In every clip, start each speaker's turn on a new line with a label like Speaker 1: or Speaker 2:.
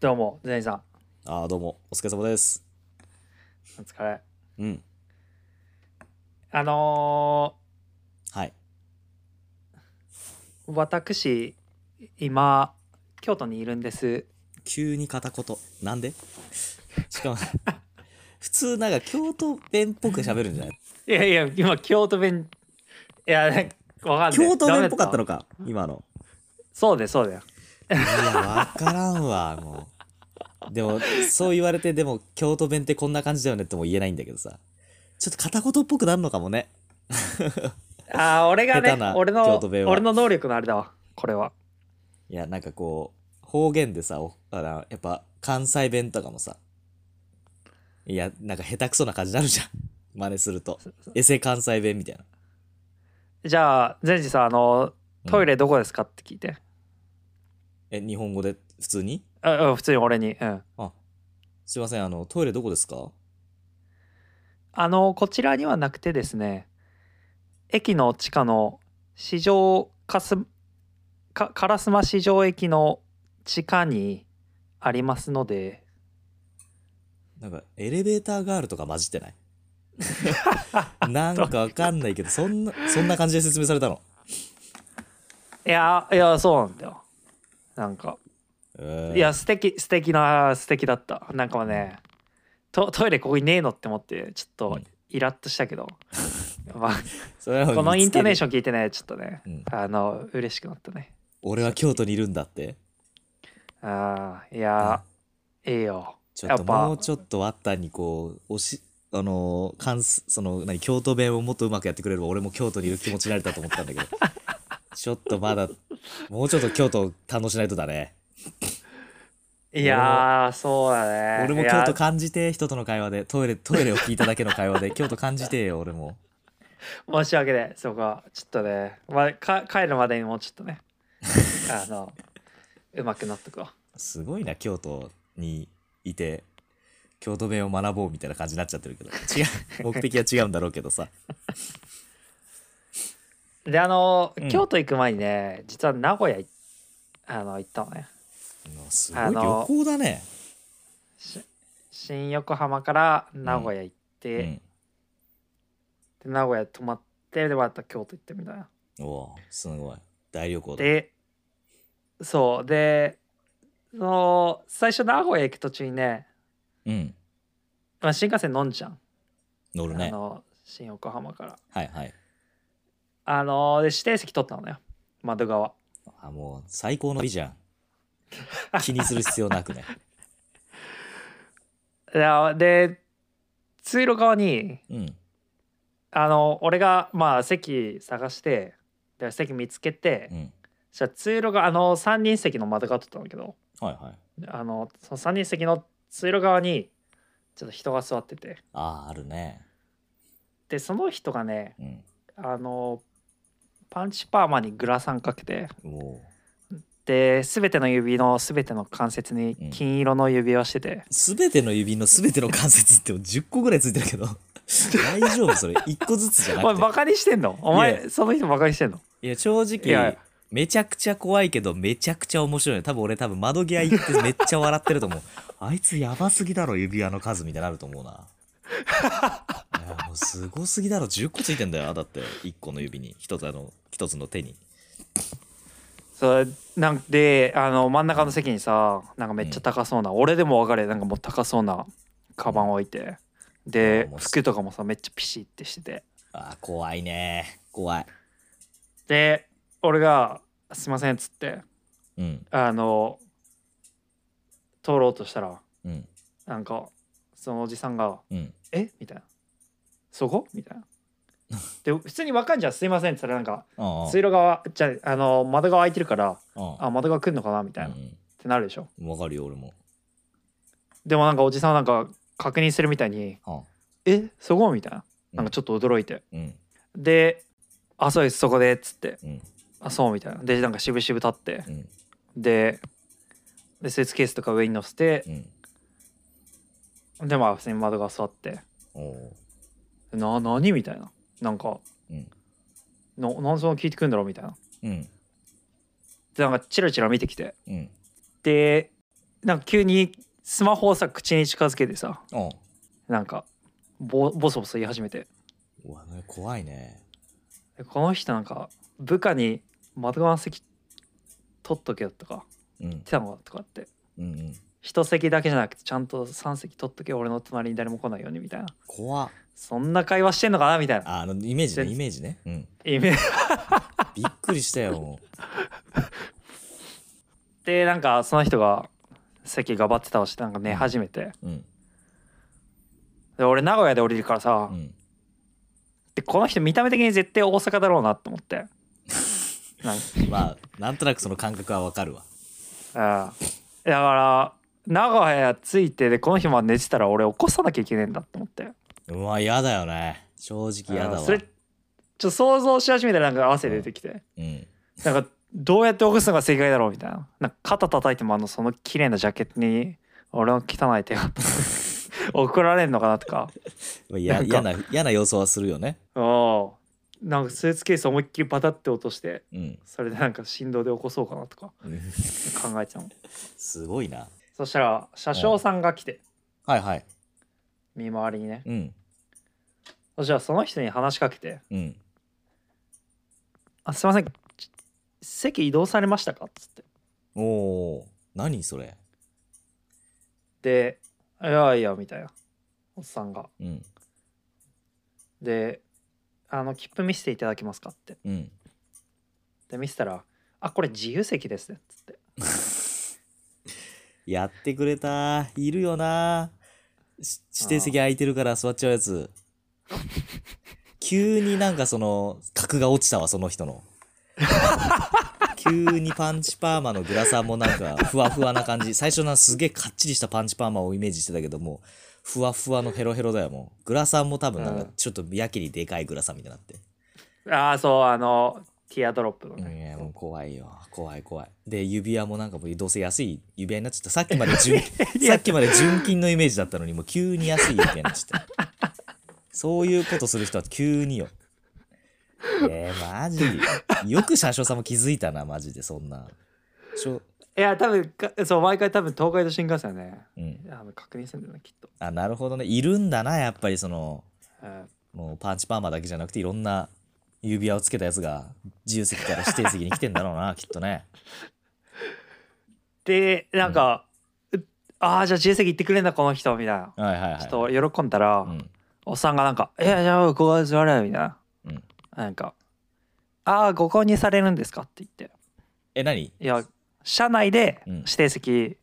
Speaker 1: どうも、ゼニさん。
Speaker 2: ああ、どうも、お疲れ様です。
Speaker 1: お疲れ。
Speaker 2: うん、
Speaker 1: あの
Speaker 2: はい。
Speaker 1: ー、私、今、京都にいるんです。
Speaker 2: 急に片言。なんでしかも、普通なんか京都弁っぽく喋るんじゃない
Speaker 1: いやいや、今、京都弁、いや、なんかわかんない。
Speaker 2: 京都弁っぽかった
Speaker 1: ダメだ
Speaker 2: のか、今の。
Speaker 1: そうです、そうだよ。
Speaker 2: いや、わからんわ、もう。でも、そう言われて、でも、京都弁ってこんな感じだよねっても言えないんだけどさ。ちょっと片言っぽくなるのかもね。
Speaker 1: ああ、 俺が
Speaker 2: 下
Speaker 1: ね
Speaker 2: 手な、
Speaker 1: 俺の
Speaker 2: 京、都弁は
Speaker 1: 俺の能力のあれだわ、これは。
Speaker 2: いや、なんかこう、方言でさ、おあらやっぱ関西弁とかもさ、いや、なんか下手くそな感じになるじゃん。真似すると。エセ関西弁みたいな。
Speaker 1: じゃあ、ゼニさん、あの、トイレどこですかって聞いて。
Speaker 2: え、日本語で普通に
Speaker 1: あうん、普通に俺に。うん。
Speaker 2: あ、すいません、あの、トイレどこですか
Speaker 1: あの、こちらにはなくてですね、駅の地下の市場かす、か烏丸市場駅の地下にありますので、
Speaker 2: なんか、エレベーターガールとか混じ ってないなんかわかんないけど、そんな、そんな感じで説明されたの。
Speaker 1: いや、いや、そうなんだよ。なんか、
Speaker 2: えー
Speaker 1: いや、素敵、素敵な、素敵だった。なんかね、トトイレここにねえのって思って、ちょっとイラッとしたけど、 まあ
Speaker 2: それなのに
Speaker 1: このイントネ
Speaker 2: ョ
Speaker 1: ー
Speaker 2: ン。
Speaker 1: ション聞いてね、ちょっとね、
Speaker 2: うん
Speaker 1: あの、嬉しくなったね。
Speaker 2: 俺は京都にいるんだって。
Speaker 1: ああ、いや、ええよ。
Speaker 2: ちょっ
Speaker 1: や
Speaker 2: と
Speaker 1: っぱ
Speaker 2: もうちょっとワッタンにこう、おし、あのー、関す、その、何、京都弁をもっとうまくやってくれれば、俺も京都にいる気持ちになれたと思ったんだ けど、ちょっとまだ、もうちょっと京都を堪能しないとだね。
Speaker 1: いやー、そうだね。
Speaker 2: 俺も
Speaker 1: いや
Speaker 2: 京都感じて、人との会話で、トイレ、トイレを聞いただけの会話で、京 都感じてよ、俺も。
Speaker 1: 申し訳ない。そこは、ちょっとね、まあ、か帰るまでにもうちょっ とね、あの、うまくなっとくわ。
Speaker 2: すごいな、京都にいて、京都弁を学ぼうみたいな感じになっちゃってるけど、違 う、目的は違うんだろうけどさ。
Speaker 1: で、あの
Speaker 2: うん、
Speaker 1: 京都行く前にね、実は名古屋いあの行ったのね。
Speaker 2: うんすご
Speaker 1: あ
Speaker 2: い旅
Speaker 1: の
Speaker 2: 行だね。
Speaker 1: し新横浜から名古屋行っ
Speaker 2: う
Speaker 1: て、
Speaker 2: ん。
Speaker 1: で名古屋泊まって、で、また京都行ってみたいな。
Speaker 2: おおうすごい。大旅行だ。
Speaker 1: で、そう、で、その、最初名古屋行く途中にね、
Speaker 2: うん。
Speaker 1: まあ、新幹線飲んじゃん。
Speaker 2: 乗る
Speaker 1: あ
Speaker 2: ね。
Speaker 1: の、新横浜から。
Speaker 2: はいはい。
Speaker 1: あのーで指定席取ったのよ窓側
Speaker 2: あ、もう最高の美じゃん。気にする必要なくね。
Speaker 1: であで通路側に
Speaker 2: うん。
Speaker 1: あの俺がまあ席探してで席見つけて、
Speaker 2: うん。
Speaker 1: そしたら通路側あの3人席の窓側取ったんだけど
Speaker 2: はいはい。
Speaker 1: あのその3人席の通路側にちょっと人が座ってて
Speaker 2: ああ、あるね。
Speaker 1: でその人がね
Speaker 2: うん。
Speaker 1: あのパンチパーマにグラサンかけて
Speaker 2: も
Speaker 1: で全ての指の全ての関節に金色の指輪してて、
Speaker 2: う、すべての指のすべての関節って10個ぐらいついてるけど、大丈夫それ。1個ずつじゃな
Speaker 1: お前
Speaker 2: くて
Speaker 1: バ。カにしてんのお
Speaker 2: い
Speaker 1: 前
Speaker 2: や
Speaker 1: その人バカにしてんの
Speaker 2: いや、正直
Speaker 1: いや
Speaker 2: めちゃくちゃ怖いけど、めちゃくちゃ面白いね。多分俺、多分窓際行ってめっちゃ笑ってると 思う。あいつやばすぎだろ、指輪の数みたいになると思うな。いや、もうすごすぎだろ、10個ついてんだよ。だって、1個の指に、1つあの、一つの手に。
Speaker 1: そうなんであの真ん中の席にさなんかめっちゃ高そうな、俺でも分かるなんかもう高そうなカバン置いてで
Speaker 2: あもうす
Speaker 1: 服とかもさめっちゃピシってしてて
Speaker 2: ああ、怖いね。怖い。
Speaker 1: で俺が「すいません」っつって
Speaker 2: うん、
Speaker 1: あの通ろうとしたら
Speaker 2: うん、
Speaker 1: なんかそのおじさんが
Speaker 2: うん。
Speaker 1: 「えみたいな「そこ?」みたいな。 で普通に分かんじゃん「すいません」っつったらなんか
Speaker 2: ああ
Speaker 1: 通路側じゃああの窓側開いてるから
Speaker 2: ああ
Speaker 1: あ窓側来んのかなみたいな、
Speaker 2: う
Speaker 1: っ
Speaker 2: ん
Speaker 1: てなるでしょ
Speaker 2: うん。わかるよ、俺も。
Speaker 1: でもなんかおじさんはなんか確認するみたいに
Speaker 2: ああ
Speaker 1: 「えそこ?」みたいななんかちょっと驚いて、
Speaker 2: うん、
Speaker 1: で「あそうですそこで」っつって
Speaker 2: うん、
Speaker 1: 「あそう」みたいなでなんかしぶしぶ立って
Speaker 2: うん、
Speaker 1: ででスーツケースとか上に乗せて
Speaker 2: うん。
Speaker 1: でまあ普通に窓が座って
Speaker 2: おお
Speaker 1: 「な何?」みたいななんか
Speaker 2: う。うん、
Speaker 1: 「ななんでそんな聞いてくんだろう?」みたいな
Speaker 2: うん、
Speaker 1: でなんかチラチラ見てきて
Speaker 2: うん、
Speaker 1: でなんか急にスマホをさ口に近づけてさ
Speaker 2: うん。
Speaker 1: なんかボボソボソ言い始めて
Speaker 2: うわ、ね、怖いね。
Speaker 1: でこの人なんか部下に窓側の席取っとけよとか
Speaker 2: うん
Speaker 1: 言っ。てたのかとかって
Speaker 2: うんうん。
Speaker 1: 一席だけじゃなくてちゃんと3席取っとけよ俺の隣に誰も来ないようにみたいな
Speaker 2: 怖っ
Speaker 1: そんな会話してんのかなみたいな
Speaker 2: ああの、イメージね、
Speaker 1: で
Speaker 2: イメージね。うん。
Speaker 1: イメージ
Speaker 2: びっくりしたよ。
Speaker 1: でなんかその人が席がばって倒してなんか寝始めて
Speaker 2: うん。
Speaker 1: で俺名古屋で降りるから
Speaker 2: う
Speaker 1: さ、
Speaker 2: ん。
Speaker 1: でこの人見た目的に絶対大阪だろうなと思ってなん
Speaker 2: まあ、なんとなくその感覚はわかるわ。
Speaker 1: あだから名古屋着いてでこの人まで寝てたら俺起こさなきゃいけねえんだと思って
Speaker 2: うわ、嫌だよね。正直嫌だ
Speaker 1: うん
Speaker 2: わ
Speaker 1: そ。れちょっと想像し始めたらなんか汗出てきて、
Speaker 2: うん。
Speaker 1: なんかどうやって起こすのが正解だろうみたいななんか肩叩いてもあのその綺麗なジャケットに俺の汚い手が 怒られんのかなとか
Speaker 2: まあや
Speaker 1: なんか
Speaker 2: 嫌な、嫌な予想はするよね。
Speaker 1: うんなんかスーツケース思いっきりバタって落として
Speaker 2: うん。
Speaker 1: それでなんか振動で起こそうかなとか考えてたの
Speaker 2: すごいな。
Speaker 1: そしたら車掌さんが来て
Speaker 2: はいはい。
Speaker 1: 見回りにね
Speaker 2: うん。
Speaker 1: そしたらその人に話しかけて
Speaker 2: うん。
Speaker 1: あすいませんち席移動されましたか?」っつって
Speaker 2: おお何それ。
Speaker 1: で「いやいや」みたいなおっさんが
Speaker 2: うん。
Speaker 1: で「あの切符見せていただけますか?」って
Speaker 2: うん。
Speaker 1: で見せたら「あこれ自由席ですね」っつって
Speaker 2: やってくれた。いるよな。し指定席空いてるから座っちゃうやつ。急になんかその、格が落ちたわ、その人の。急にパンチパーマのグラサンもなんかふわふわな感じ。最初なんかすげえかっちりしたパンチパーマをイメージしてたけども、ふわふわのヘロヘロだよ、もう。グラサンも多分なん
Speaker 1: う
Speaker 2: か
Speaker 1: ん
Speaker 2: ちょっとやけにでかいグラサンみたいになって。
Speaker 1: ああそうあのティアドロップの
Speaker 2: いや
Speaker 1: ね、
Speaker 2: もう怖いよ怖い怖いで指輪もなんかもうどうせ安い指輪になっちゃったさっきまで 純さっきまで純金のイメージだったのにもう急に安い指輪になっちゃったそういうことする人は急に よえー、マジよく車掌さんも気づいたなマジでそんなしょ、
Speaker 1: いや多分かそう毎回多分東海道新幹線はね
Speaker 2: うん、
Speaker 1: あの確認するんだよねきっと、
Speaker 2: あなるほどねいるんだなやっぱりその
Speaker 1: うん
Speaker 2: もうパンチパーマだけじゃなくていろんな指輪をつけたやつが自由席から指定席に来てんだろうなきっとね
Speaker 1: でなんか「うああじゃあ自由席行ってくれんだこの人」みたいな
Speaker 2: はいはいはい
Speaker 1: ちょっと喜んだら、
Speaker 2: うん
Speaker 1: おっさんがなんか「いやじゃあここは座れよ」みたいな、
Speaker 2: うん
Speaker 1: なんか「ああご購入されるんですか?」って言って
Speaker 2: え何
Speaker 1: いや車内で
Speaker 2: うん
Speaker 1: 指定席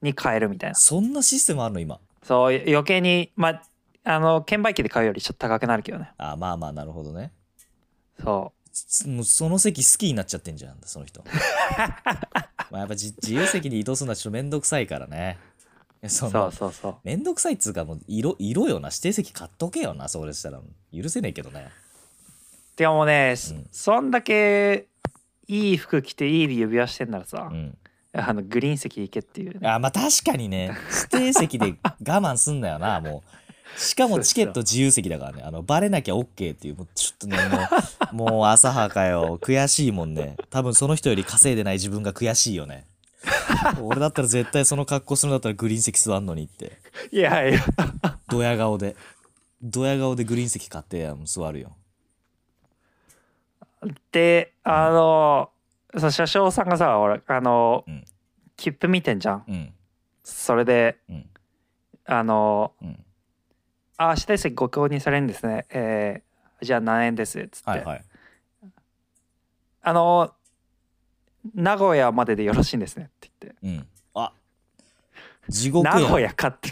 Speaker 1: に変えるみたいな、
Speaker 2: そんなシステムあるの今。
Speaker 1: そう余計にまああの券売機で買うよりちょっと高くなるけどね
Speaker 2: あまあまあ、なるほどね。
Speaker 1: そ
Speaker 2: そもうその席好きになっちゃってんじゃん、その 人。まあやっぱじ自由席に移動するのはちょっとめんどくさいからね。いや
Speaker 1: う
Speaker 2: そ
Speaker 1: そう
Speaker 2: の
Speaker 1: そうそう
Speaker 2: めんどくさいっつうか、もう色、色よな。指定席買っとけよな、それしたら。許せねえけどね。
Speaker 1: でもね、そ
Speaker 2: うん
Speaker 1: そんだけいい服着ていい指輪してんならさ、
Speaker 2: うん。
Speaker 1: あのグリーン席行けっていうね
Speaker 2: あまあ確かにね、指定席で我慢すんなよな、もう。しかもチケット自由席だからね、あの、バレなきゃ OK っていう、もうちょっとね、もう、もう浅はかよ、悔しいもんね。多分その人より稼いでない自分が悔しいよね。俺だったら絶対その格好するんだったらグリーン席座んのにって。
Speaker 1: いやいや
Speaker 2: ドヤ顔で。ドヤ顔でグリーン席買ってあの座るよ。
Speaker 1: であの、そう車掌さんがさ俺あの、
Speaker 2: うん
Speaker 1: 切符見てんじゃん
Speaker 2: うん。
Speaker 1: それで
Speaker 2: うん。
Speaker 1: あの
Speaker 2: うん。
Speaker 1: 「あ指定席ご購入されるんですねえーじゃあ何円です」っつって、
Speaker 2: はいはい。
Speaker 1: あの名古屋まででよろしいんですね」って言って
Speaker 2: うん。あ地
Speaker 1: 「
Speaker 2: 獄や
Speaker 1: 名古屋か」って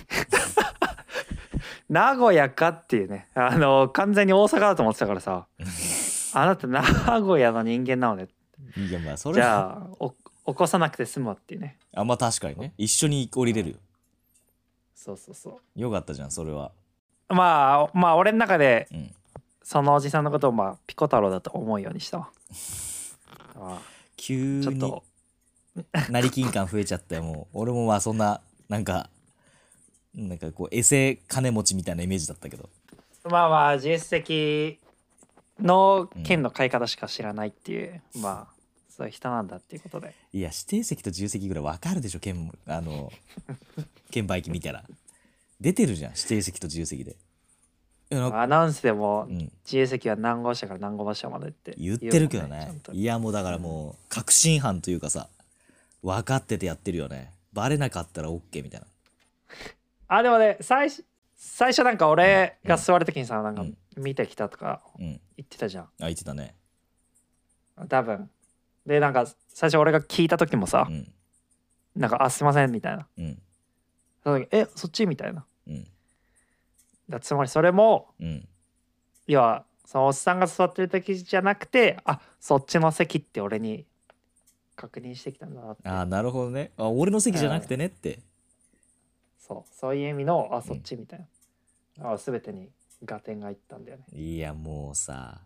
Speaker 1: 名古屋かっていうねあの完全に大阪だと思ってたからさ「あなた名古屋の人間なのね
Speaker 2: いやまあそれ
Speaker 1: じ
Speaker 2: は
Speaker 1: ゃあお起こさなくて済むわ」っていうね
Speaker 2: あまあ確かにね一緒に降りれるよ、
Speaker 1: そうそうそ
Speaker 2: よかったじゃんそれは
Speaker 1: うまあまあ俺の中で
Speaker 2: うん
Speaker 1: そのおじさんのことをまあピコ太郎だと思うようにしたわあ
Speaker 2: 急
Speaker 1: あちょっ
Speaker 2: に
Speaker 1: と
Speaker 2: 成金感増えちゃったよもう俺もまあそんななんかなんかこうエセ金持ちみたいなイメージだったけど
Speaker 1: まあまあ自由席の券の買い方しか知らないっていう、まあそういう人なんだっていうことで
Speaker 2: いや、指定席と自由席ぐらいわかるでしょ、券、あの、券売機見たら。出てるじゃん、指定席と自由席で。いやなんか
Speaker 1: アナウンスでも
Speaker 2: うん、
Speaker 1: 自由席は何号車から何号車までって
Speaker 2: 言ってるけど
Speaker 1: 言うもんちゃん
Speaker 2: ね
Speaker 1: と
Speaker 2: いやもうだからもう確信犯というかさ分かっててやってるよねバレなかったら OK みたいな
Speaker 1: あでもね最初最初なんか俺が座る時にさ、なんか
Speaker 2: うん
Speaker 1: 見てきたとか
Speaker 2: うん
Speaker 1: 言ってたじゃん
Speaker 2: あ言ってたね
Speaker 1: 多分でなんか最初俺が聞いた時もさ
Speaker 2: う、ん
Speaker 1: なんか「あすいません」みたいな
Speaker 2: うん
Speaker 1: その時えそっち?」みたいな
Speaker 2: うん
Speaker 1: だつまりそれも
Speaker 2: うん
Speaker 1: 要はそのおっさんが座ってる時じゃなくてあそっちの席って俺に確認してきたんだなって
Speaker 2: ああなるほどねあ俺の席じゃなくてねって
Speaker 1: そうそういう意味のあそっちみたいな、あ全てに合点がいったんだよね
Speaker 2: いやもうさ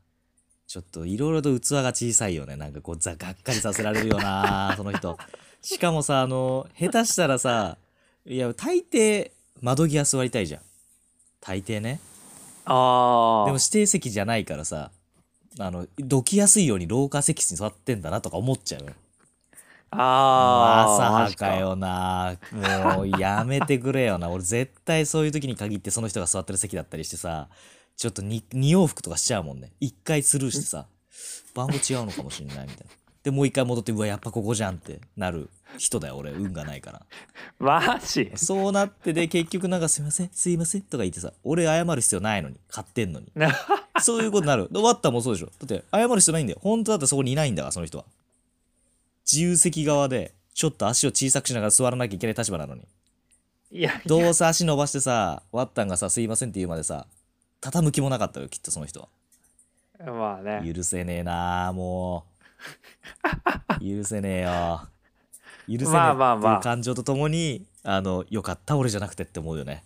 Speaker 2: ちょっといろいろと器が小さいよねなんかこうざがっかりさせられるよ なその人しかもさあの下手したらさいや大抵窓際座りたいじゃん大抵ね
Speaker 1: あ
Speaker 2: でも指定席じゃないからさあのどきやすいように廊下席に座ってんだなとか思っちゃうよ
Speaker 1: あ
Speaker 2: 朝はかよなもうやめてくれよな俺絶対そういう時に限ってその人が座ってる席だったりしてさちょっと 2, 往復とかしちゃうもんね一回スルーしてさ番号違うのかもしれないみたいなでもう一回戻ってうわやっぱここじゃんってなる人だよ俺運がないから
Speaker 1: マジ
Speaker 2: そうなってで結局なんかすいませんすいませんとか言ってさ俺謝る必要ないのに買ってんのに
Speaker 1: な
Speaker 2: そういうことになる。でワッターもそうでしょ。だって、謝る人ないんだよ。本当だったらそこにいないんだから、その人は。自由席側で、ちょっと足を小さくしながら座らなきゃいけない立場なのに。
Speaker 1: いや
Speaker 2: どうせ足伸ばしてさ、ワッタンがさ、すいませんって言うまでさ、畳む気もなかったよ、きっとその人は。
Speaker 1: まあね
Speaker 2: 許せねえなあもう。許せねえよ。許せねえ
Speaker 1: まあまあ
Speaker 2: っ
Speaker 1: ま
Speaker 2: て
Speaker 1: あ
Speaker 2: いう感情とともに、あの、よかった、俺じゃなくてって思うよね。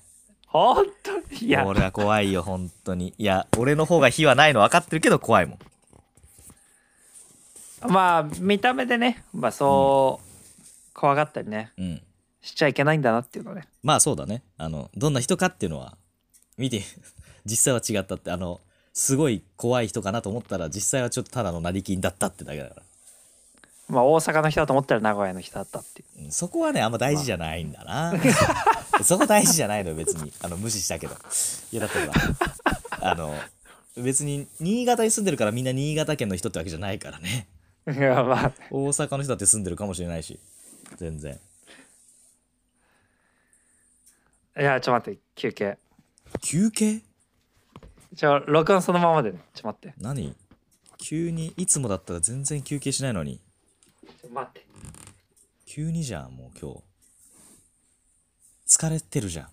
Speaker 1: 本当にいや
Speaker 2: 俺は怖いよ、本当に。いや、俺の方が火はないの分かってるけど怖いもん。
Speaker 1: まあ見た目でねまあそう怖がったりね
Speaker 2: うん。
Speaker 1: しちゃいけないんだなっていうのね
Speaker 2: まあそうだね。あの、どんな人かっていうのは、見て、 実際は違ったって、あの、すごい怖い人かなと思ったら、実際はちょっとただの成金だったってだけだから。
Speaker 1: まあ大阪の人だと思ったら名古屋の人だったっていう
Speaker 2: うんそこはね、あんま大事じゃないんだな。 そこ大事じゃないのよ、別に。あの、無視したけど。いや、だってほら、あの、別に、新潟に住んでるからみんな新潟県の人ってわけじゃないからね。
Speaker 1: いやまあ
Speaker 2: 大阪の人だって住んでるかもしれないし、全然。
Speaker 1: いやちょっと待って休憩
Speaker 2: 休憩
Speaker 1: ちょ録音そのままでねちょっと待って
Speaker 2: 何急に、いつもだったら全然休憩しないのに。
Speaker 1: ちょ待って
Speaker 2: 急にじゃんもう今日疲れてるじゃん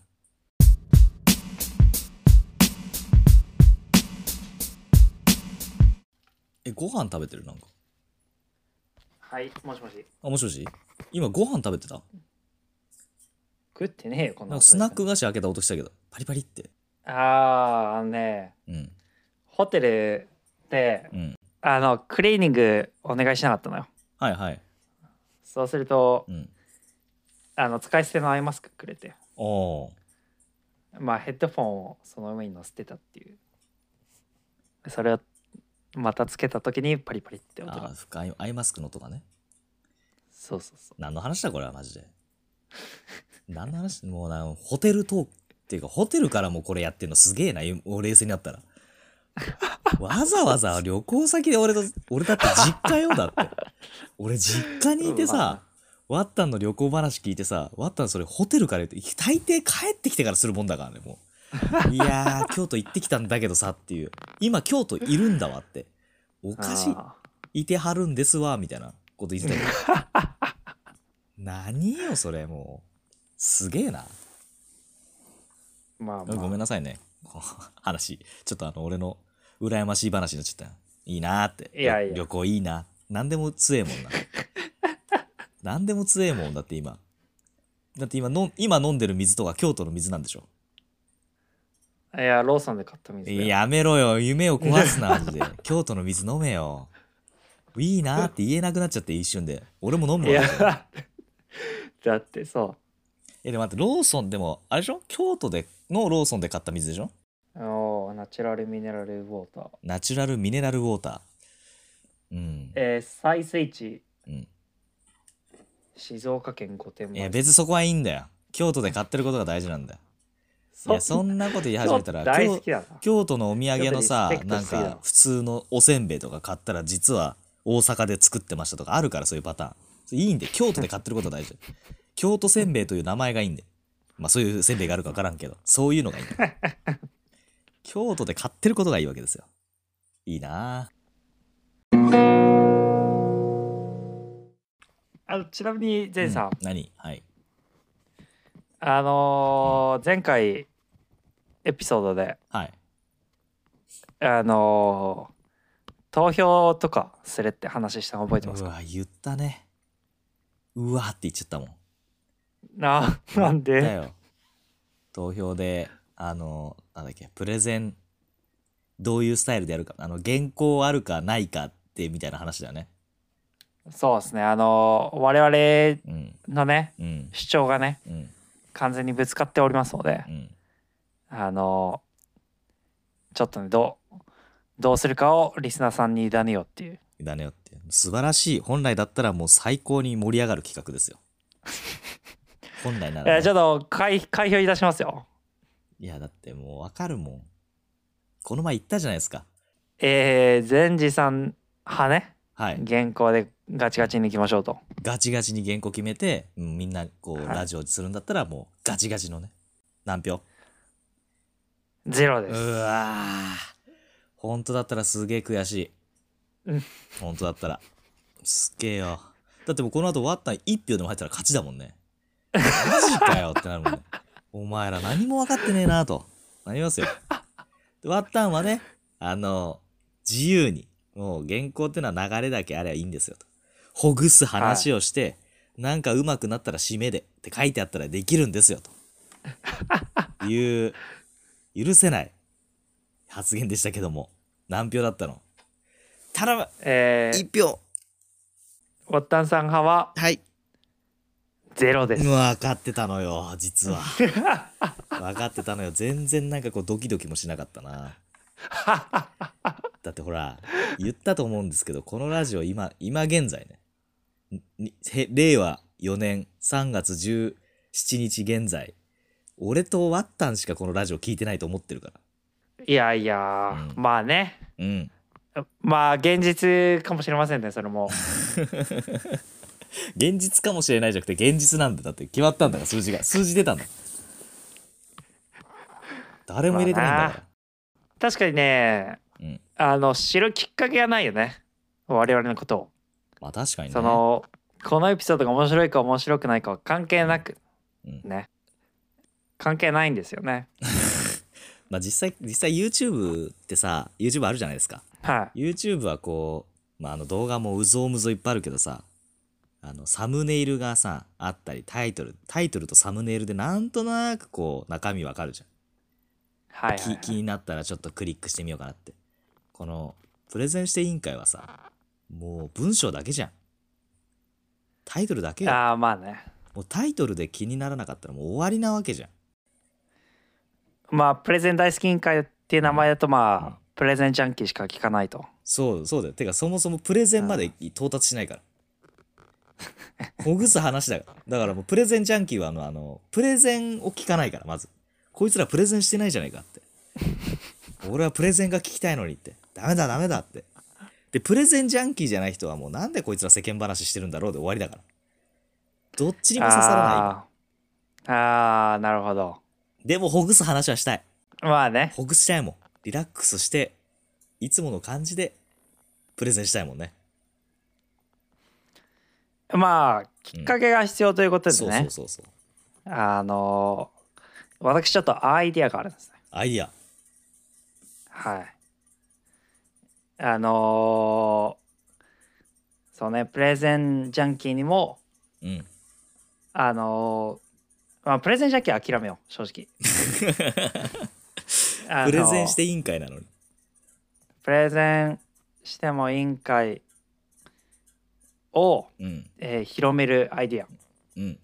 Speaker 2: えご飯食べてるなんか
Speaker 1: はいもしもし
Speaker 2: あもしもし今ご飯食べてた
Speaker 1: 食ってねえよこん
Speaker 2: なん
Speaker 1: なの
Speaker 2: かスナック菓子開けた音したけどパリパリって
Speaker 1: あああのね
Speaker 2: うん
Speaker 1: ホテルで
Speaker 2: うん
Speaker 1: あのクリーニングお願いしなかったのよ
Speaker 2: はいはい
Speaker 1: そうすると
Speaker 2: うん
Speaker 1: あの使い捨てのアイマスクくれて
Speaker 2: おお
Speaker 1: まあヘッドフォンをその上に乗せてたっていうそれをまたつけた時にパリパリって音
Speaker 2: あ
Speaker 1: が
Speaker 2: ー深いアイマスクの音がね
Speaker 1: そうそうそう
Speaker 2: 何の話だこれはマジで何の話もうなホテルトークっていうかホテルからもこれやってんのすげえなお冷静になったらわざわざ旅行先で俺と俺だって実家よだって俺実家にいて
Speaker 1: まあね
Speaker 2: さワッタンの旅行話聞いてさワッタンそれホテルから言って大抵帰ってきてからするもんだからねもういやー京都行ってきたんだけどさっていう今京都いるんだわっておかしい
Speaker 1: あ
Speaker 2: いてはるんですわ、みたいなこと言ってた けど。何よ、それ、もう。すげえな。
Speaker 1: ーまあまあ
Speaker 2: ごめんなさいね。こう話。ちょっとあの、俺の羨ましい話になっちゃったよいいなーって。
Speaker 1: いやいや
Speaker 2: 旅行いいな。何でも強えもん な。何でも強えもんだって今。だって今のん、今飲んでる水とか京都の水なんでしょ。
Speaker 1: いやローソンで買った水だよ
Speaker 2: やめろよ、夢を壊すな、マジで。京都の水飲めよ。いいなーって言えなくなっちゃって一瞬で。俺も飲む
Speaker 1: い
Speaker 2: わ
Speaker 1: や。だってだってそ
Speaker 2: え、でも待って、ローソンでも、あれでしょ京都でのローソンで買った水でしょ
Speaker 1: うおーナチュラルミネラルウォーター
Speaker 2: ナチュラルミネラルウォータうん。
Speaker 1: えー、再生地、
Speaker 2: うん
Speaker 1: 静岡県御殿
Speaker 2: いや、
Speaker 1: 場
Speaker 2: 別にそこはいいんだよ。京都で買ってることが大事なんだよ。い
Speaker 1: そ
Speaker 2: や、そんなこと言い始めたら、
Speaker 1: 大好
Speaker 2: 京
Speaker 1: きだな
Speaker 2: 京都のお土産のさ
Speaker 1: 京、都リ
Speaker 2: なん
Speaker 1: スペクトしすぎだ
Speaker 2: か普通のおせんべいとか買ったら、実は大阪で作ってましたとかあるから、そういうパターン。それいいんで、京都で買ってることは大事。 京都せんべいという名前がいいんで。まあ、そういうせんべいがあるか分からんけど、そういうのがいいんだよ。京都で買ってることがいいわけですよ。いいなぁ。
Speaker 1: あのちなみにゼンさん、
Speaker 2: う何はい。
Speaker 1: あのー前回エピソードで
Speaker 2: はい。
Speaker 1: あのー投票とかするって話したの覚えてます
Speaker 2: う
Speaker 1: か
Speaker 2: わ、言ったね。うわって言っちゃったもん。
Speaker 1: ななん
Speaker 2: だ
Speaker 1: で
Speaker 2: よ。投票で、あの、なんだっけ、プレゼン、どういうスタイルでやるか、あの、原稿あるかないかって、みたいな話だよね。
Speaker 1: そうですねあのー我々
Speaker 2: うん、
Speaker 1: のね
Speaker 2: うん、
Speaker 1: 主張がね
Speaker 2: うん、
Speaker 1: 完全にぶつかっておりますので
Speaker 2: うん。
Speaker 1: あのーちょっとねどうどうするかをリスナーさんに委ねようっていう
Speaker 2: だねよっていう。素晴らしい。本来だったらもう最高に盛り上がる企画ですよ。本来なら、
Speaker 1: え
Speaker 2: ね。
Speaker 1: ーちょっと開開票いたしますよ
Speaker 2: いや、だってもうわかるもん。この前言ったじゃないですか。
Speaker 1: えー、善治さん派ね
Speaker 2: はい。
Speaker 1: 原稿でガチガチにいきましょうと
Speaker 2: ガチガチに原稿決めて、うんみんなこう、
Speaker 1: はい
Speaker 2: ラジオするんだったらもうガチガチのね。何票
Speaker 1: ゼロで
Speaker 2: う
Speaker 1: す
Speaker 2: わー本当だったらすげえ悔しい。
Speaker 1: うん
Speaker 2: 本当だったら。すっげえよ。だってもうこの後ワッタン1票でも入ったら勝ちだもんね。マジかよってなるもんね。お前ら何も分かってねえなと。なりますよ。でワッタンはね、あの、自由に、もう原稿ってのは流れだけあればいいんですよと。ほぐす話をして、なんか上手くなったら締めでって書いてあったらできるんですよと。いう、許せない発言でしたけども、何票だったの頼む
Speaker 1: えー、
Speaker 2: !1 票
Speaker 1: おったんさん派は
Speaker 2: はい
Speaker 1: ゼロです
Speaker 2: 分かってたのよ、実 は。分かってたのよ。全然なんかこうドキドキもしなかったな。 だってほら、言ったと思うんですけど、このラジオ今、今現在ね、にへ令和4年3月17日現在、俺とワッタンしかこのラジオ聞いてないと思ってるから。
Speaker 1: いやいや、
Speaker 2: うん
Speaker 1: まあね
Speaker 2: うん。
Speaker 1: まあ現実かもしれませんねそ れも
Speaker 2: 現実かもしれないじゃなくて現実なんだだって決まったんだから数字が数字出 たんだ誰も入れてないんだか
Speaker 1: 確かに
Speaker 2: ら、
Speaker 1: ね
Speaker 2: うん、
Speaker 1: あの知るきっかけがないよね我々のことを
Speaker 2: まあ確かにね
Speaker 1: そのこのエピソードが面白いか面白くないかは関係なく
Speaker 2: うん
Speaker 1: ね関係ないんですよね
Speaker 2: まあ実際実際 YouTube ってさ YouTube あるじゃないですか
Speaker 1: は
Speaker 2: YouTube はこう、まあ、あの動画もうぞうむぞいっぱいあるけどさあのサムネイルがさあったりタイトルタイトルとサムネイルでなんとなくこう中身わかるじゃん
Speaker 1: いはいはい
Speaker 2: き気になったらちょっとクリックしてみようかなってこのプレゼンして委員会はさもう文章だけじゃんタイトルだけよ
Speaker 1: ああまあね
Speaker 2: もうタイトルで気にならなかったらもう終わりなわけじゃん
Speaker 1: まあプレゼン大好き委員会っていう名前だとまあ、
Speaker 2: うん
Speaker 1: プレゼンジャンキーしか聞かないと
Speaker 2: そうそうだよてかそもそもプレゼンまで到達しないからほぐす話だからだからもうプレゼンジャンキーはあのあのプレゼンを聞かないからまずこいつらプレゼンしてないじゃないかって俺はプレゼンが聞きたいのにってダメだダメだってでプレゼンジャンキーじゃない人はもうなんでこいつら世間話してるんだろうで終わりだからどっちにも刺さらない今
Speaker 1: あーあーなるほど
Speaker 2: でもほぐす話はしたい
Speaker 1: まあね
Speaker 2: ほぐしたいもんリラックスしていつもの感じでプレゼンしたいもんね
Speaker 1: まあきっかけが必要ということですね、
Speaker 2: そうそうそうそう
Speaker 1: あのー私ちょっとアイディアがあるんですね
Speaker 2: アイディア
Speaker 1: はいあのーそうねプレゼンジャンキーにも
Speaker 2: うん。
Speaker 1: あのーまあプレゼンジャンキーは諦めよう正直あの
Speaker 2: プ
Speaker 1: ー
Speaker 2: レゼンして委員会なのに。
Speaker 1: プレゼンしても委員会を、
Speaker 2: うん。
Speaker 1: えー広めるアイディア
Speaker 2: うん。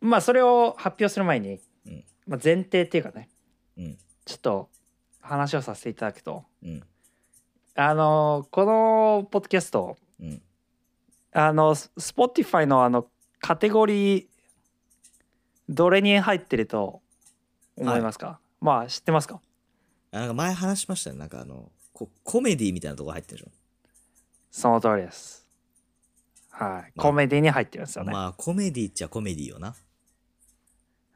Speaker 1: まあそれを発表する前に、
Speaker 2: うん
Speaker 1: まあ、前提っていうかね
Speaker 2: うん。
Speaker 1: ちょっと話をさせていただくと
Speaker 2: うん。
Speaker 1: あのこのポッドキャスト
Speaker 2: うん。
Speaker 1: あの Spotify のあのカテゴリーどれに入ってると思いますか、まあ知ってますか
Speaker 2: あなんか前話しましたよ。なんかあの、こコメディみたいなとこ入ってるでしょ。
Speaker 1: その通りですはい
Speaker 2: まあ
Speaker 1: コメディに入ってるんですよね、
Speaker 2: まあ、コメディっちゃコメディよな。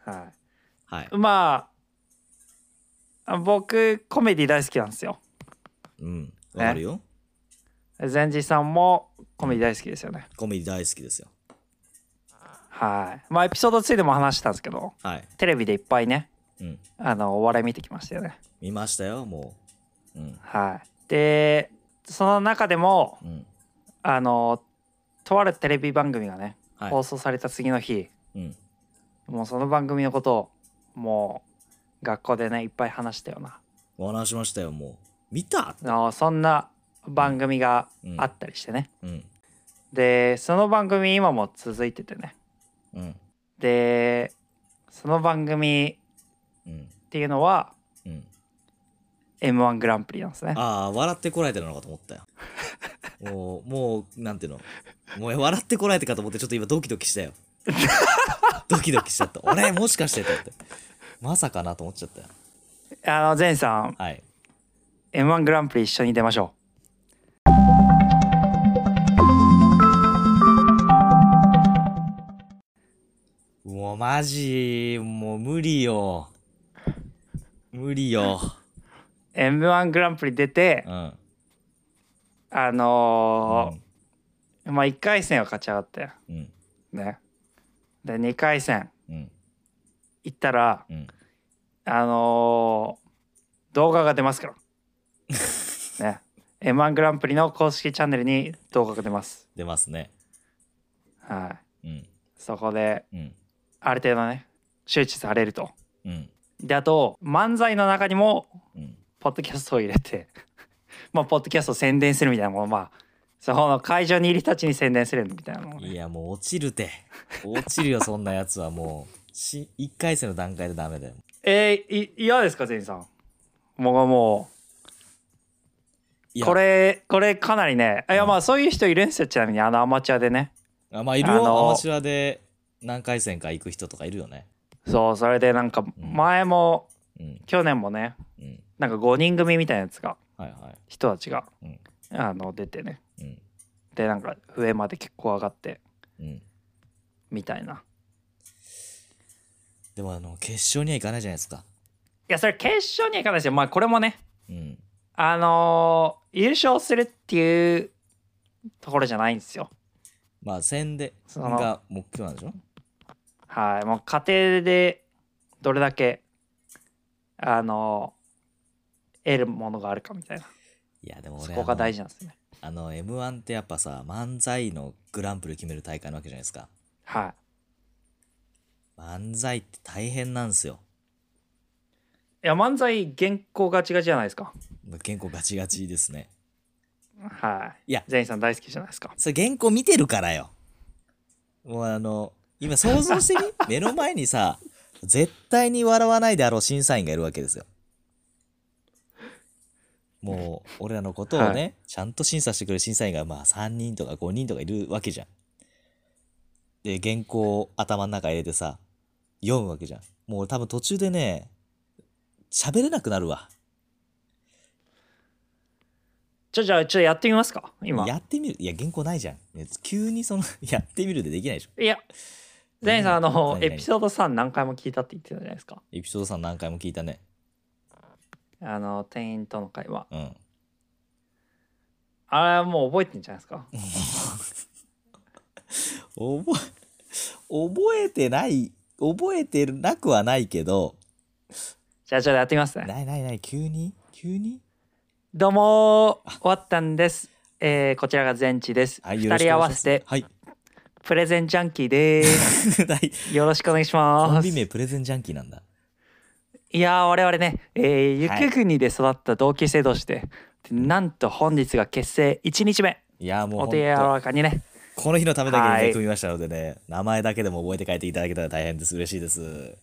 Speaker 1: は
Speaker 2: はい
Speaker 1: い、。まああ僕コメディ大好きなんですよ
Speaker 2: うん。わかるよ。
Speaker 1: 前治さんもコメディ大好きですよね
Speaker 2: コメディ大好きですよ。
Speaker 1: はいまあエピソード2でも話したんですけど
Speaker 2: はい。
Speaker 1: テレビでいっぱいね
Speaker 2: うん。
Speaker 1: あのお笑い見てきましたよね
Speaker 2: 見ましたよ、もう。うん。
Speaker 1: はいでその中でも
Speaker 2: うん。
Speaker 1: あのとあるテレビ番組がね、
Speaker 2: はい
Speaker 1: 放送された次の日
Speaker 2: うん。
Speaker 1: もうその番組のことをもう学校でねいっぱい話したよな
Speaker 2: お話しましたよ、もう。見た
Speaker 1: あのそんな番組が
Speaker 2: うん
Speaker 1: あったりしてね、
Speaker 2: うん。
Speaker 1: でその番組今も続いててね
Speaker 2: うん。
Speaker 1: でその番組
Speaker 2: うん。
Speaker 1: っていうのは
Speaker 2: うん。
Speaker 1: m 1グランプリなんですね
Speaker 2: ああ、笑ってこられてるのかと思ったよ。 もう、もう、なんていうの。もう、笑ってこられてかと思って、ちょっと今ドキドキしたよ。ドキドキしちゃった。俺、もしかしてと思って。まさかなと思っちゃったよ。
Speaker 1: あの前さん
Speaker 2: はい。
Speaker 1: m 1グランプリ一緒に出ましょ
Speaker 2: もう、マジ、もう、無理よ。無理よ。
Speaker 1: う m 1グランプリ出て
Speaker 2: うん。
Speaker 1: あのーまあ1回戦は勝ち上がって
Speaker 2: うん。うん。
Speaker 1: ねで2回戦
Speaker 2: うん。
Speaker 1: 行ったら
Speaker 2: うん。
Speaker 1: あのー動画が出ますから ね m 1グランプリの公式チャンネルに動画が出ます
Speaker 2: 出ますね。
Speaker 1: はい
Speaker 2: うん。
Speaker 1: そこで
Speaker 2: うん。
Speaker 1: ある程度ね周知されると
Speaker 2: うん。
Speaker 1: であと漫才の中にも
Speaker 2: うん。
Speaker 1: ポッドキャストを入れて まあポッドキャストを宣伝するみたいなものまあその会場にいる人たちに宣伝するみたいなのをね
Speaker 2: いや、もう落ちるて。落ちるよ、そんなやつはもう。し、1回戦の段階でダメだよ。
Speaker 1: えー、い嫌ですか全員さん僕はも
Speaker 2: いうや
Speaker 1: これこれかなりねいや
Speaker 2: うん
Speaker 1: まあそういう人いるんですよちなみにあのアマチュアでね
Speaker 2: あまあいるよ、
Speaker 1: あのー
Speaker 2: アマチュアで何回戦か行く人とかいるよね。
Speaker 1: そうそれでなんか前も
Speaker 2: うん
Speaker 1: 去年もね
Speaker 2: うん
Speaker 1: なんか5人組みたいなやつが
Speaker 2: はいは
Speaker 1: 人たちが、
Speaker 2: うん
Speaker 1: あの出てね
Speaker 2: い。うん
Speaker 1: でなんか上まで結構上がって
Speaker 2: うん、
Speaker 1: みたいな
Speaker 2: でもあの決勝には行かないじゃないですか。
Speaker 1: いやそれ決勝にはいかないですよまあこれもね
Speaker 2: うん、
Speaker 1: あのー優勝するっていうところじゃないんですよ
Speaker 2: まあ戦で
Speaker 1: その
Speaker 2: が目標なんでしょ
Speaker 1: はいもう家庭でどれだけあのー得るものがあるかみたいない
Speaker 2: やでも
Speaker 1: そ
Speaker 2: 俺
Speaker 1: こが大
Speaker 2: 事
Speaker 1: 事なんですね
Speaker 2: あの m 1ってやっぱさ漫才のグランプリ決める大会なわけじゃないですか。
Speaker 1: はい
Speaker 2: 漫才って大変なんですよ。
Speaker 1: いや漫才原稿ガチガチじゃないですか
Speaker 2: 原稿ガチガチですね。
Speaker 1: はい。
Speaker 2: いや
Speaker 1: 全員さん大好きじゃないですか。
Speaker 2: それ原稿見てるからよ。もうあの今想像 してみ目の前にさ絶対に笑わないであろう審査員がいるわけですよ。もう俺らのことをね、
Speaker 1: は
Speaker 2: ちゃんと審査してくれる審査員がまあ3人とか5人とかいるわけじゃん。で原稿を頭の中入れてさ読むわけじゃん。もう俺多分途中でね喋れなくなるわ。
Speaker 1: じゃあじゃあちょっとやってみますか今。いや
Speaker 2: やってみるいや原稿ないじゃん。ね急にそのやってみるでできないでしょ。
Speaker 1: 全員さんあの
Speaker 2: 何
Speaker 1: エ
Speaker 2: 々
Speaker 1: ピソード3何回も聞いたって言ってたじゃないですか。
Speaker 2: エピソードさん何回も聞いたね。
Speaker 1: あの店員との会話。
Speaker 2: うん。
Speaker 1: あれはもう覚えてんじゃないですか。
Speaker 2: 覚え、覚えてない、覚えてなくはないけど、
Speaker 1: じゃあちょっとやってみますね。
Speaker 2: ないないない、急に急に
Speaker 1: どうもー終わったんです。えー、こちらが全知です。
Speaker 2: はい、
Speaker 1: 二、
Speaker 2: よろしく
Speaker 1: 人合
Speaker 2: お願
Speaker 1: わ
Speaker 2: いしま
Speaker 1: せ
Speaker 2: す
Speaker 1: て
Speaker 2: はい。
Speaker 1: プレゼンジャンキーでーす。
Speaker 2: はい
Speaker 1: よろしくお願いし
Speaker 2: コ
Speaker 1: ま
Speaker 2: ン
Speaker 1: す
Speaker 2: ビ。名プレゼンジャンキーなんだ。
Speaker 1: いやー我々ね、えー、
Speaker 2: はい
Speaker 1: 雪国で育った同級生同士で、でなんと本日が結成1日目。
Speaker 2: いや、もう
Speaker 1: お
Speaker 2: ほん
Speaker 1: 手柔
Speaker 2: と、
Speaker 1: らかにね。
Speaker 2: この日のためだけに
Speaker 1: はい
Speaker 2: 取り組みましたのでね、名前だけでも覚えて帰っていただけたら大変です。嬉しいです。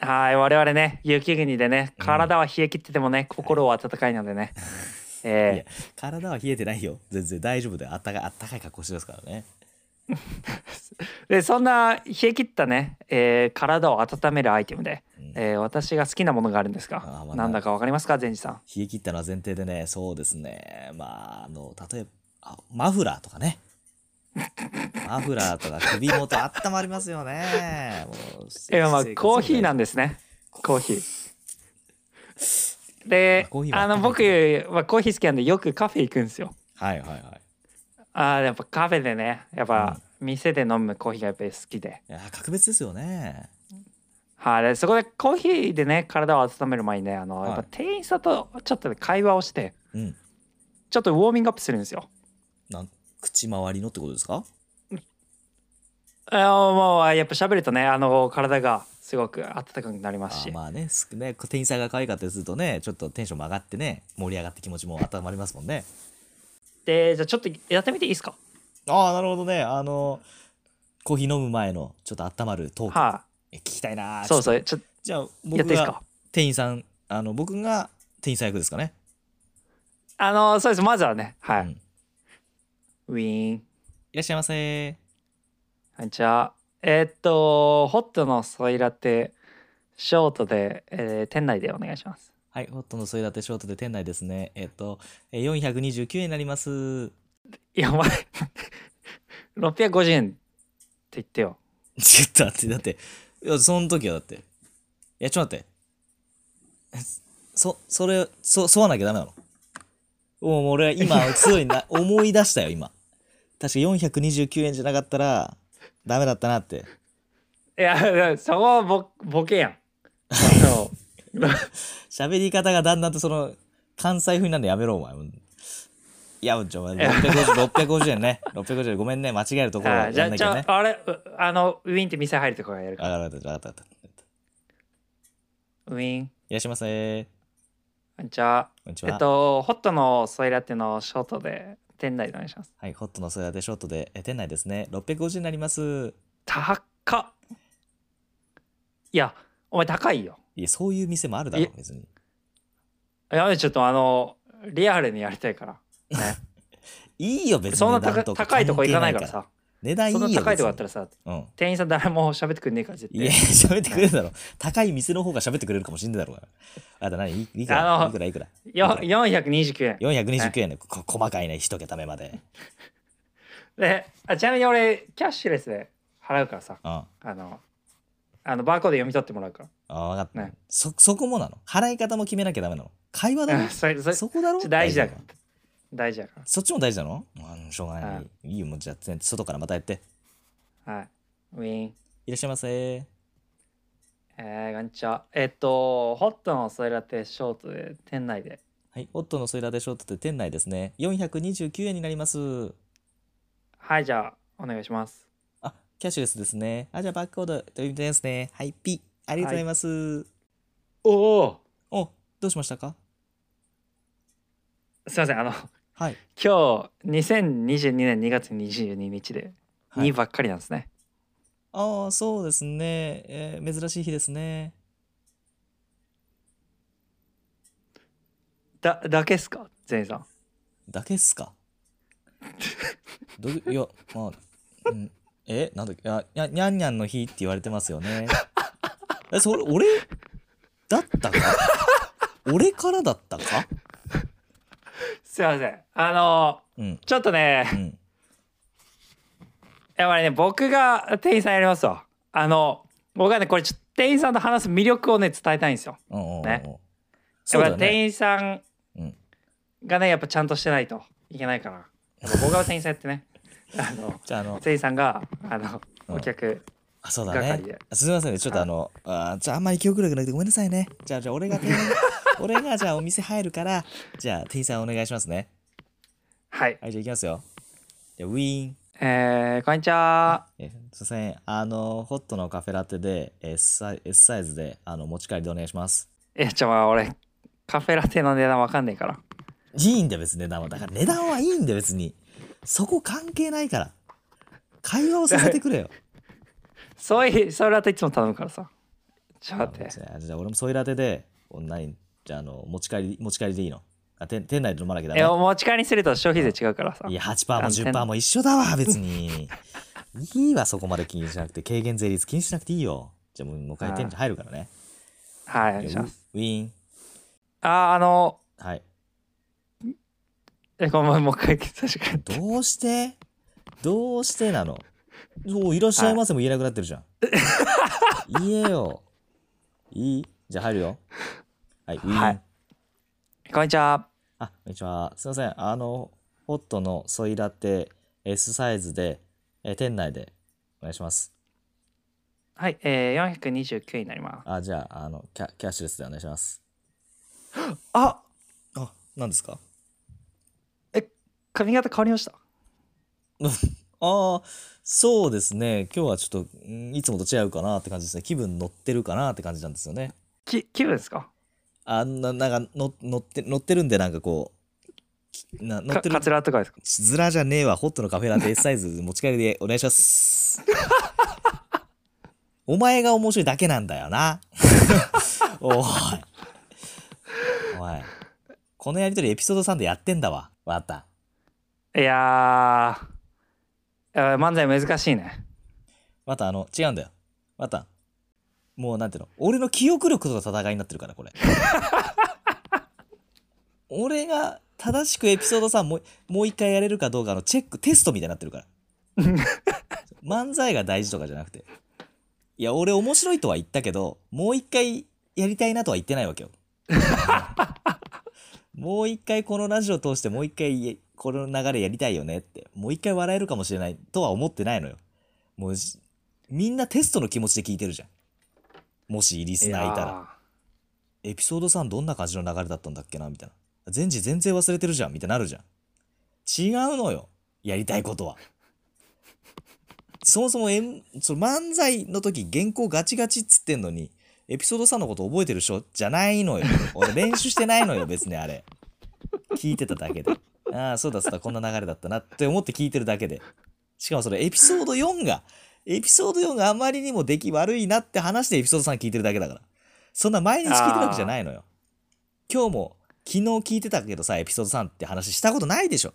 Speaker 1: はい我々ね雪国でね体は冷え切っててもね、心は温かいのでね、
Speaker 2: いや
Speaker 1: え
Speaker 2: 体は冷えてないよ全然大丈夫であったかいあったかい格好してますからね
Speaker 1: ーでそんな冷え切ったね、えー体を温めるアイテムで、
Speaker 2: うん
Speaker 1: えー私が好きなものがあるんです
Speaker 2: あ
Speaker 1: が
Speaker 2: ーまだ
Speaker 1: なんだかわかりますか善治さん
Speaker 2: 冷え切ったのは前提でねそうですねまああの例えばあマフラーとかねマフラーとか首元あったまりますよ ねもう
Speaker 1: えーまあコーヒーなんですねコーヒーで
Speaker 2: まあコーヒーは
Speaker 1: あの僕はコーヒー好きなんでよくカフェ行くんですよ
Speaker 2: はいはいはい
Speaker 1: あーやっぱカフェでねやっぱ店で飲むコーヒーがやっぱり好きで
Speaker 2: いや格別ですよね
Speaker 1: はい、でそこでコーヒーでね体を温める前にねあの、
Speaker 2: はい
Speaker 1: やっぱ店員さんとちょっとね会話をして
Speaker 2: うん
Speaker 1: ちょっとウォーミングアップするんですよ。
Speaker 2: なん口周りのってことですか
Speaker 1: あーもうやっぱ喋るとねあの体がすごく温かくなりま
Speaker 2: あ
Speaker 1: すし、
Speaker 2: ーまあねすね店員さんが可愛かったりするとねちょっとテンションも上がってね盛り上がって気持ちも温まりますもんね
Speaker 1: でじゃあちょっとやってみていいですか
Speaker 2: ああなるほどねあのコーヒー飲む前のちょっと温まるトーク、
Speaker 1: は、
Speaker 2: え聞きたいないー
Speaker 1: そう
Speaker 2: う
Speaker 1: そうちょっと
Speaker 2: じゃあ
Speaker 1: やってい
Speaker 2: 僕
Speaker 1: いです
Speaker 2: が
Speaker 1: か
Speaker 2: 店員さんあの僕が店員さん役ですかね
Speaker 1: あのそうですまずはねはい、
Speaker 2: うん
Speaker 1: ウィーン
Speaker 2: いらっしゃいませ
Speaker 1: はいじゃあえーっとホットのソイラテショートで、えー店内でお願いします
Speaker 2: はいホットのソイラテショートで店内ですねえっとえー429円になります
Speaker 1: いやお前 650円って言ってよ
Speaker 2: ちょっと待って、だって、いや、その時はだって。いや、ちょっと待って。そ、それ、そ、沿わなきゃダメなの。もうもう俺は今、すごいな、思い出したよ、今。確か429円じゃなかったら、ダメだったなって。
Speaker 1: いや、そこはボボ ケやん。そう。
Speaker 2: 喋り方がだんだんとその、関西風になるのやめろ、お前。いや、ちょ、お前650、650円 ね。650円、ごめんね、間違えるところ
Speaker 1: あじ
Speaker 2: や
Speaker 1: ゃ
Speaker 2: ん
Speaker 1: あ、
Speaker 2: な
Speaker 1: じ
Speaker 2: きゃ
Speaker 1: ゃ
Speaker 2: ね。
Speaker 1: あ、あれ、うあの、ウィーンって店入るとこからやるから。
Speaker 2: あわかった、わかった、わかった。
Speaker 1: ウィーン。
Speaker 2: いらっしゃいませ。
Speaker 1: じゃあ、
Speaker 2: こんにちは。
Speaker 1: えっと、ホットのソイラテのショートで、店内でお願いします。
Speaker 2: はい、ホットのソイラテショートで、え店内ですね、650円になります。
Speaker 1: 高っ。いや、お前高いよ。
Speaker 2: いや、そういう店もあるだろ
Speaker 1: え、
Speaker 2: 別に。
Speaker 1: いやめてちょっとあの、リアルにやりたいから。
Speaker 2: いいよ、別に。
Speaker 1: そんな
Speaker 2: 値段
Speaker 1: 高
Speaker 2: と
Speaker 1: 高いとこ行かないから
Speaker 2: 関係
Speaker 1: さ。
Speaker 2: 値段いい
Speaker 1: そ
Speaker 2: よ。
Speaker 1: んな高いとこだっ
Speaker 2: ら。
Speaker 1: たらさ、
Speaker 2: うん。
Speaker 1: 店員さん誰も喋ってくんねえから、絶
Speaker 2: いや、
Speaker 1: 対。
Speaker 2: 喋ってくれるだろ。高い店の方が喋ってくれるかもしんないだろうが。あと何いいく
Speaker 1: あ
Speaker 2: ら
Speaker 1: の
Speaker 2: いくらいくらいく
Speaker 1: よ
Speaker 2: ら
Speaker 1: 429円。
Speaker 2: 429円で、こ 細かいね、一桁目まで。
Speaker 1: であちなみに俺キャッシュレスで払うからさ
Speaker 2: うん。あ
Speaker 1: あのあのバーコード読み取ってもらうか
Speaker 2: あ、分かった、
Speaker 1: ね
Speaker 2: そ、そこもなの。払い方も決めなきゃダメなの。会話だ
Speaker 1: ら
Speaker 2: ろ。
Speaker 1: それそれ
Speaker 2: そこだろ
Speaker 1: 大事だ
Speaker 2: な
Speaker 1: か
Speaker 2: の
Speaker 1: ら大事だか
Speaker 2: そっちも大事なのうん、しょうがな。
Speaker 1: はい
Speaker 2: いいよ、もうじゃあ、外からまたやって。
Speaker 1: らはいウィーン
Speaker 2: いらっしゃいませ。
Speaker 1: えー、こんにちはえっとホットのソイラテショートで店内で
Speaker 2: はい、オットのソイラテショートって店内ですね。429円になります。
Speaker 1: はいじゃあお願いします
Speaker 2: あ、キャッシュレスですね。あ、じゃあバーコードということですね。はい、ピありがとうございます。
Speaker 1: おお
Speaker 2: お、どうしましたか
Speaker 1: すいませんあの
Speaker 2: はい。
Speaker 1: 今日2022年2月22日で
Speaker 2: はい
Speaker 1: 2ばっかりなんですね、
Speaker 2: ああ、そうですね。えー珍しい日ですね。
Speaker 1: だだけっすか全員さん
Speaker 2: だけっすかどういや、まあ、うん、え、なんだっけ、あ、にゃにゃんにゃんの日って言われてますよね。え、それ、俺だったか俺からだったか
Speaker 1: すいませんあの
Speaker 2: うん、
Speaker 1: ちょっとね
Speaker 2: うん。
Speaker 1: やっぱりね僕が店員さんやりますわあの僕はねこれちょっと店員さんと話す魅力をね伝えたいんですよ
Speaker 2: うんうんうんうん
Speaker 1: ね
Speaker 2: そ
Speaker 1: や
Speaker 2: う
Speaker 1: っ
Speaker 2: だ
Speaker 1: ぱ
Speaker 2: よ
Speaker 1: り
Speaker 2: ね。
Speaker 1: 店員さん
Speaker 2: うん
Speaker 1: がねやっぱちゃんとしてないといけないからやっぱ僕が店員さんやってね あの
Speaker 2: じゃあ、あの、
Speaker 1: 店員さんがあの
Speaker 2: うん
Speaker 1: お客
Speaker 2: あそうだね
Speaker 1: 係で。
Speaker 2: すみませんね、ちょっとあの、あーじゃああんまり記憶力なくてごめんなさいね。じゃあ、じゃあ俺が 店員、俺がじゃあお店入るから、じゃあ店員さんお願いしますね。
Speaker 1: はい
Speaker 2: はい、じゃあ行きますよ。じゃあウィーン。
Speaker 1: えー、こんにちは
Speaker 2: えすいません、あの、ホットのカフェラテで S サイ S サイズであの持ち帰りでお願いします。
Speaker 1: えちょまあ俺カフェラテの値段わかんねえから
Speaker 2: いいんだよ、 別に値段は。だから値段はいいんだよ、別に。そこ関係ないから。会話をさせてくれよ。
Speaker 1: そういうそれだといつも頼むからさ ちょっと待って
Speaker 2: じゃあ、じゃあ俺もソイラテで、オンライン、じゃあ、あの、持ち帰り、持ち帰りでいいの。あ店店内で飲まなきゃダメ
Speaker 1: えお持ち帰りすると消費税違うからさ
Speaker 2: いや、8%も10%も一緒だわ、別に。いいわ、そこまで気にしなくて。軽減税率気にしなくていいよ。じゃあもう、もう一回店長入るからね。
Speaker 1: はいお
Speaker 2: い
Speaker 1: 願いし
Speaker 2: やウ
Speaker 1: ます
Speaker 2: ウィーン。
Speaker 1: あーあの
Speaker 2: はい。
Speaker 1: えごめんもう一回確かに
Speaker 2: どうしてどうしてなのもういらっしゃいませも言えなくなってる じゃん。言えよ。いいじゃあ入るよ。はい、ウィーン。
Speaker 1: はいこんにちは
Speaker 2: あ、こんにちは。すいません。あの、ホットのソイラテ S サイズで、えー店内でお願いします。
Speaker 1: はいえー、429になります
Speaker 2: あ、じゃあ、あの、キャキャッシュレスでお願いします。
Speaker 1: あ
Speaker 2: あ、何ですか
Speaker 1: 髪型変わりました
Speaker 2: ああ、そうですね。今日はちょっと、んいつもと違うかなって感じですね。気分乗ってるかなって感じなんですよね。
Speaker 1: き気分ですか
Speaker 2: あななんかの乗って乗ってるんでなんかこうきな乗
Speaker 1: か
Speaker 2: ってる
Speaker 1: カツラとかですか
Speaker 2: ずらじゃねえわホットのカフェラテ S サイズ持ち帰りでお願いします お前が面白いだけなんだよな おいおいこのやりとりエピソード3でやってんだわわかった
Speaker 1: いやーえー漫才難しいね
Speaker 2: またあの違うんだよまたもうなんていうの俺の記憶力との戦いになってるからこれ俺が正しくエピソード3もうもう一回やれるかどうかのチェックテストみたいになってるから 漫才が大事とかじゃなくていや俺面白いとは言ったけどもう一回やりたいなとは言ってない わけよもう一回このラジオ通してもう一回この流れやりたいよねってもう一回笑えるかもしれないとは思ってないのよもうしみんなテストの気持ちで聞いてるじゃんもしリスナーいたらエピソード3どんな感じの流れだったんだっけなみたいな全治全然忘れてるじゃんみたいになるじゃん違うのよやりたいことはそもそもえんその漫才の時原稿ガチガチっつってんのにエピソード3のこと覚えてるでしょじゃないのよ俺練習してないのよ別にあれ聞いてただけでああそうだそうだこんな流れだったなって思って聞いてるだけでしかもそれエピソード4がエピソード4があまりにも出来悪いなって話してエピソード3聞いてるだけだからそんな毎日聞いてるわけじゃないのよ今日も昨日聞いてたけどさエピソード3って話したことないでしょ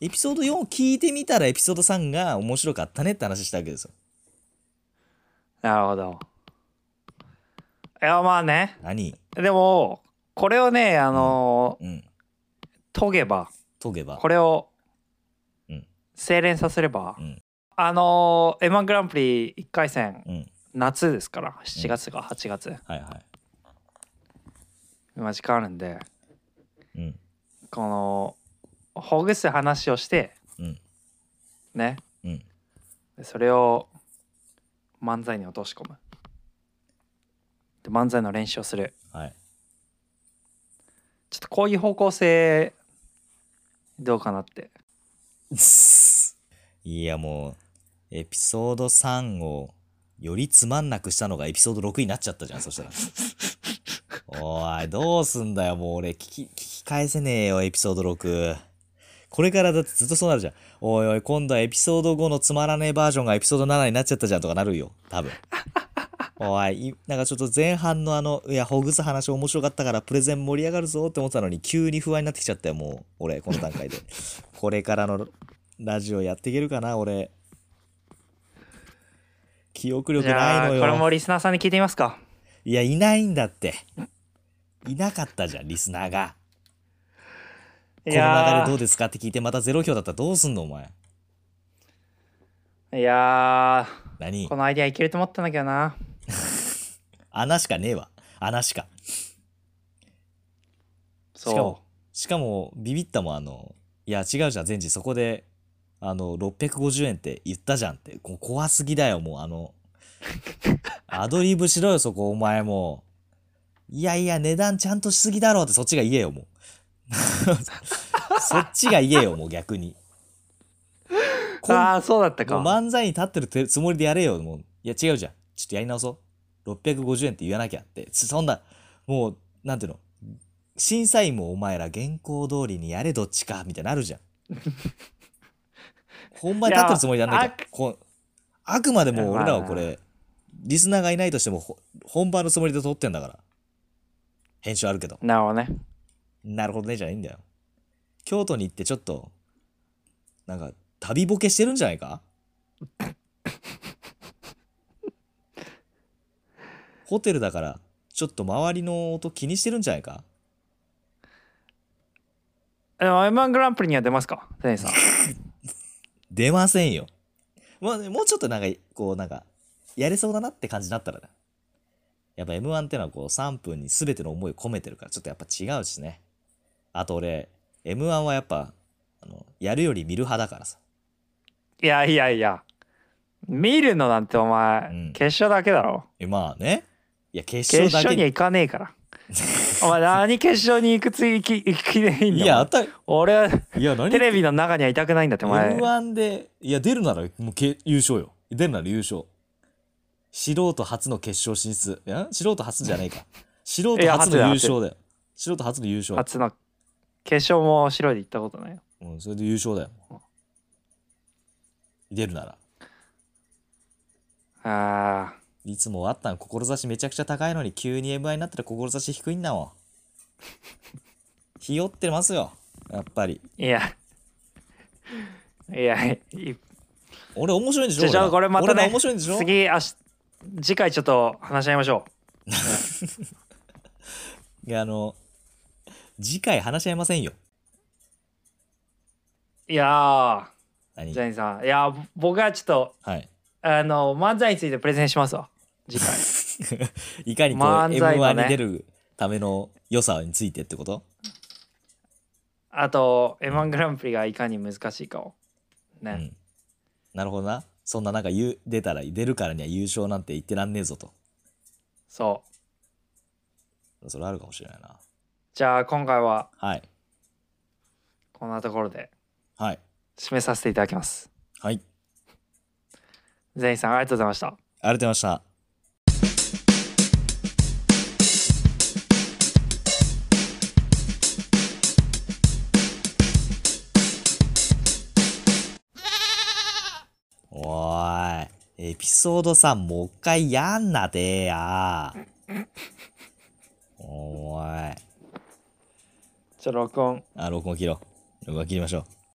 Speaker 2: エピソード4を聞いてみたらエピソード3が面白かったねって話したわけですよ
Speaker 1: なるほどいやまあね
Speaker 2: 何
Speaker 1: でもこれをねあのー
Speaker 2: うん
Speaker 1: 研げば
Speaker 2: 研げば
Speaker 1: これを
Speaker 2: うん
Speaker 1: 精錬させれば、
Speaker 2: うん
Speaker 1: あのー、M−1 グランプリ1回戦
Speaker 2: うん
Speaker 1: 夏ですから7月か8月、
Speaker 2: はいは
Speaker 1: 今時間あるんで
Speaker 2: いうん
Speaker 1: このほぐす話をして
Speaker 2: うん
Speaker 1: ね
Speaker 2: うん
Speaker 1: でそれを漫才に落とし込むで漫才の練習をする
Speaker 2: はい
Speaker 1: ちょっとこういう方向性どうかなって
Speaker 2: いやもうエピソード3をよりつまんなくしたのがエピソード6になっちゃったじゃんそしたらおいどうすんだよもう俺聞き聞き返せねえよエピソード6これからだってずっとそうなるじゃんおいおい今度はエピソード5のつまらねえバージョンがエピソード7になっちゃったじゃんとかなるよ多分おいいなんかちょっと前半のあのいやほぐす話面白かったからプレゼン盛り上がるぞって思ってたのに急に不安になってきちゃったよもう俺この段階で これからのラジオやっていけるかな俺記憶力
Speaker 1: じ
Speaker 2: な
Speaker 1: ゃ
Speaker 2: い
Speaker 1: あ
Speaker 2: のよ
Speaker 1: これもリスナーさんに聞いてみますか
Speaker 2: いや、いないんだって。いなかったじゃん、リスナーが。こ
Speaker 1: い
Speaker 2: の流
Speaker 1: や
Speaker 2: れどう
Speaker 1: ー
Speaker 2: ですかって聞いて、またゼロ票だったらどうすんの、お前。
Speaker 1: いやー
Speaker 2: 何
Speaker 1: このアイディアいけると思ったんだけどな
Speaker 2: 穴しかねえわ。穴しか。
Speaker 1: そう
Speaker 2: しかもしかも、ビビったもんあの、いや、違うじゃん、全治、そこで、あの、650円って言ったじゃんって。こ怖すぎだよ、もう、あ の、アドリブしろよ、そこ、お前もう。いやいや、値段ちゃんとしすぎだろって、そっちが言えよ、 もう。そっちが言えよ、もう、逆 に。こん
Speaker 1: ああそうだった
Speaker 2: も
Speaker 1: か
Speaker 2: う漫才に立ってるてつもりでやれよ。もう、いや違うじゃん。ちょっとやり直そう。650円って言わなきゃって。つそんな、もう、なんていうの。審査員もお前ら原稿通りにやれどっちか、みたいになるじ ゃん。本番に立ってるつもりでやんなき
Speaker 1: いや
Speaker 2: ゃ。こうあくまでも俺らはこ
Speaker 1: ま
Speaker 2: れ、リスナーがいないとしても、ほ本番のつもりで撮ってんだから。編集あるけど。
Speaker 1: なるほどね
Speaker 2: なるほどねじゃないんだよ。京都に行ってちょっと、なんか、旅ボケしてるんじゃないかホテルだから、ちょっと周りの音気にしてるんじゃないか
Speaker 1: え M1 グランプリには出ますかテ ニーさん。
Speaker 2: 出ませんよ。まあ、もうちょっとなんか、こう、なんか、やれそうだなって感じになったらね。やっぱ M1 ってのはこう3分に全ての思いを込めてるから、ちょっとやっぱ違うしね。あと俺、M1 はやっぱ、あの、やるより見る派だからさ。
Speaker 1: いやいやいや。見るのなんてお前、
Speaker 2: うん
Speaker 1: 決勝だけだろ。
Speaker 2: えまあね。いや、決
Speaker 1: 決
Speaker 2: 勝だ
Speaker 1: 勝
Speaker 2: け
Speaker 1: には行かねえから。お前何決勝に行くつ行き行きでいいんだもん
Speaker 2: いや、あたり、
Speaker 1: 俺はい
Speaker 2: や、何
Speaker 1: テレビの中にはいたくないんだってお前
Speaker 2: M1 で、いや、出るならもうけ優勝よ。出るなら優勝。素人初の決勝進出。いや素人初じゃないか。素人
Speaker 1: いや
Speaker 2: 初の優
Speaker 1: 初だ
Speaker 2: 勝だよ。素人初の優勝。
Speaker 1: 初の決勝も白いで行ったことないよ
Speaker 2: うん、それで優勝だよ。出るなら。
Speaker 1: あー
Speaker 2: いつもあったん志めちゃくちゃ高いのに急に M1 になったら志低いんだ もん。ひよってますよ。やっぱり。
Speaker 1: いやいやいい
Speaker 2: 俺面白いんでしょ
Speaker 1: じゃあじゃあ
Speaker 2: 俺ら
Speaker 1: これまた
Speaker 2: 俺ら
Speaker 1: ね
Speaker 2: 面白いんでしょ
Speaker 1: 次明日次回ちょっと話し合いましょ
Speaker 2: いや、あの、次回話し合いませんよ。
Speaker 1: ういやー
Speaker 2: 何
Speaker 1: ジャニーさんいや僕はちょっと
Speaker 2: はい。
Speaker 1: あの漫才についてプレゼンしますわ次回
Speaker 2: いかにこう、
Speaker 1: 漫才の
Speaker 2: M1
Speaker 1: ね
Speaker 2: に出るための良さについてってこと
Speaker 1: あと M1 グランプリがいかに難しいかをね、
Speaker 2: うん。なるほどな。そんななんか言う出たら、出るからには優勝なんて言ってらんねえぞと。
Speaker 1: そう
Speaker 2: それあるかもしれないな。
Speaker 1: じゃあ今回は
Speaker 2: はい。
Speaker 1: こんなところで
Speaker 2: はい。
Speaker 1: 締めさせていただきます
Speaker 2: はい。あり
Speaker 1: ジャニーさんありがとうございました
Speaker 2: がとうございました。おーい。エピソード3もう一回やんなでや。おーい。
Speaker 1: ちょっと録音
Speaker 2: あ、録音切ろう。録音切りましょう。